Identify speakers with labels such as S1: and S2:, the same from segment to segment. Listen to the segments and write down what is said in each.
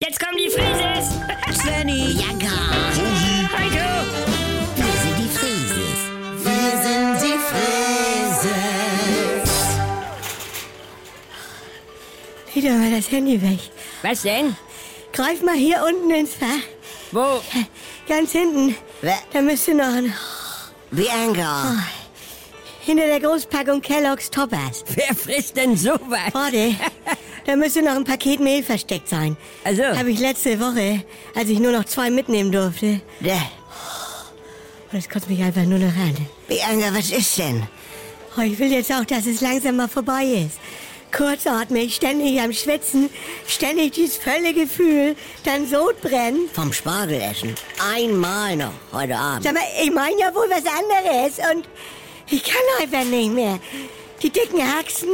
S1: Benny. Ja, gar. Wir sind die Frieses. Wir sind die Frieses.
S2: Leg doch mal das Handy weg.
S3: Was denn?
S2: Greif mal hier unten ins Fach.
S3: Wo?
S2: Ganz hinten. Da müsste noch ein...
S1: Bianca.
S2: Hinter der Großpackung Kellogg's Toppers.
S3: Wer frisst denn sowas?
S2: Warte. Da müsste noch ein Paket Mehl versteckt sein.
S3: Also,
S2: Habe ich letzte Woche, als ich nur noch zwei mitnehmen durfte.
S1: Da.
S2: Und es kotzt mich einfach nur noch an.
S1: Bianca, was ist denn?
S2: Oh, ich will jetzt auch, dass es langsam mal vorbei ist. Kurzatmig, ständig am Schwitzen, ständig dieses völle Gefühl, dann Sodbrennen.
S1: Vom Spargel essen. Einmal noch heute Abend.
S2: Sag mal, ich meine ja wohl was anderes und ich kann einfach nicht mehr. Die dicken Haxen,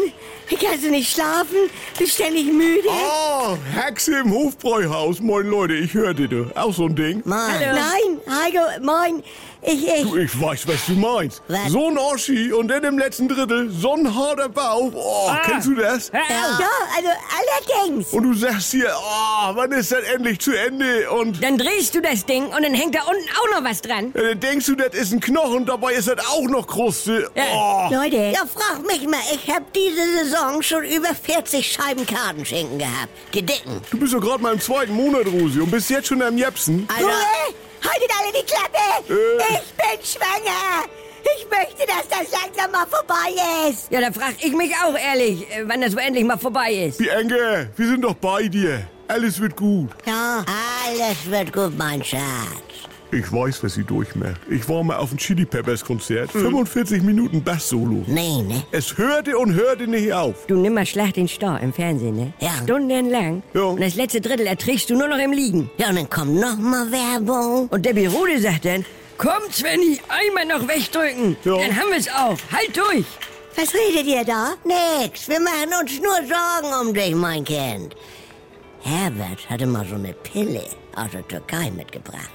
S2: ich kannst du nicht schlafen, bin ständig müde.
S4: Oh, Hexe im Hofbräuhaus. Moin Leute, ich hörte du. Auch so ein Ding.
S1: Mann,
S2: Nein, Heiko, moin, ich, ich,
S4: Du, ich weiß, was du meinst.
S1: Was?
S4: So ein Oschi und dann im letzten Drittel so ein harter Bauch. Oh, kennst du das?
S3: hör auf.
S2: ja, also allerdings.
S4: Und du sagst dir, oh, wann ist das endlich zu Ende? Und
S3: dann drehst du das Ding und dann hängt da unten auch noch was dran.
S4: äh, dann denkst du, das ist ein Knochen, dabei ist das auch noch Kruste.
S3: Ja.
S4: Oh.
S2: Leute,
S1: ja, frag mich mal. Ich hab diese Saison schon über 40 Scheiben Kartenschinken gehabt. Die dicken.
S4: Du bist doch gerade mal im zweiten Monat, Rosi, und bist jetzt schon am Jepsen.
S1: Alter.
S2: Ruhe, haltet alle die Klappe.
S4: Äh.
S2: Ich bin schwanger. Ich möchte, dass das langsam mal vorbei ist.
S3: Ja, da frag ich mich auch ehrlich, äh, wann das wohl endlich mal vorbei ist.
S4: Die Enge, wir sind doch bei dir. Alles wird gut.
S1: Ja, alles wird gut, mein Schatz.
S4: Ich weiß, was sie durchmacht. Ich war mal auf dem Chili Peppers Konzert. 45 Minuten Bass-Solo.
S1: Nee, ne?
S4: Es hörte und hörte nicht auf.
S3: Du nimm mal Schlag den Star im Fernsehen, ne?
S1: Ja.
S3: Stundenlang.
S4: Ja.
S3: Und das letzte Drittel erträgst du nur noch im Liegen.
S1: Ja, und dann kommt noch mal Werbung.
S3: Und Debbie Rode sagt dann, komm Svenny, einmal noch wegdrücken.
S4: Ja.
S3: Dann haben wir's auch. Halt durch.
S2: Was redet ihr da?
S1: Nix, wir machen uns nur Sorgen um dich, mein Kind. Herbert hatte mal so eine Pille aus der Türkei mitgebracht.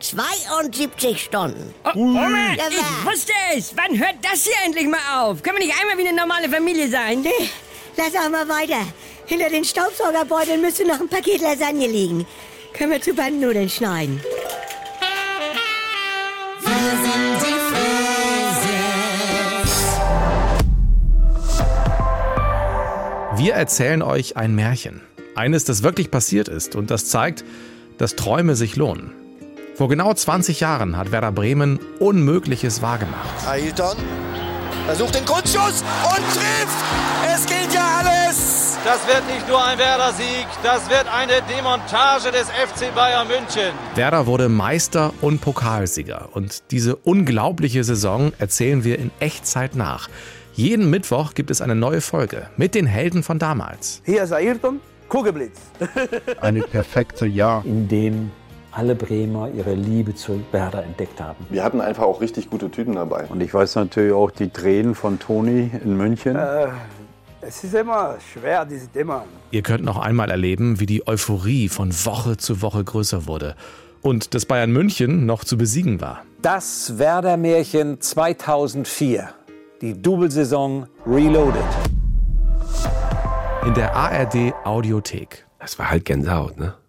S1: 72 Stunden.
S3: Oh, Oma,
S1: Ja,
S3: ich
S1: wa?
S3: wusste es. Wann hört das hier endlich mal auf? Können wir nicht einmal wie eine normale Familie sein?
S2: Nee, lass auch mal weiter. Hinter den Staubsaugerbeuteln müsste noch ein Paket Lasagne liegen. Können wir zu Bandnudeln schneiden.
S5: Wir erzählen euch ein Märchen. Eines, das wirklich passiert ist und das zeigt, dass Träume sich lohnen. Vor genau 20 Jahren hat Werder Bremen Unmögliches wahrgemacht.
S6: Ailton versucht den Grundschuss und trifft. Es gilt ja alles.
S7: Das wird nicht nur ein Werder-Sieg, das wird eine Demontage des FC Bayern München.
S5: Werder wurde Meister und Pokalsieger. Und diese unglaubliche Saison erzählen wir in Echtzeit nach. Jeden Mittwoch gibt es eine neue Folge mit den Helden von damals.
S8: Hier ist Ayrton, Kugelblitz.
S9: eine perfekte Jahr.
S10: in dem alle Bremer ihre Liebe zu Werder entdeckt haben.
S11: Wir hatten einfach auch richtig gute Typen dabei.
S9: Und ich weiß natürlich auch die Tränen von Toni in München.
S8: Äh, Es ist immer schwer, dieses Thema.
S5: Ihr könnt noch einmal erleben, wie die Euphorie von Woche zu Woche größer wurde und dass Bayern München noch zu besiegen war.
S10: Das Werder-Märchen 2004. Die Doublesaison Reloaded.
S5: In der ARD Audiothek.
S7: Das war halt Gänsehaut, ne?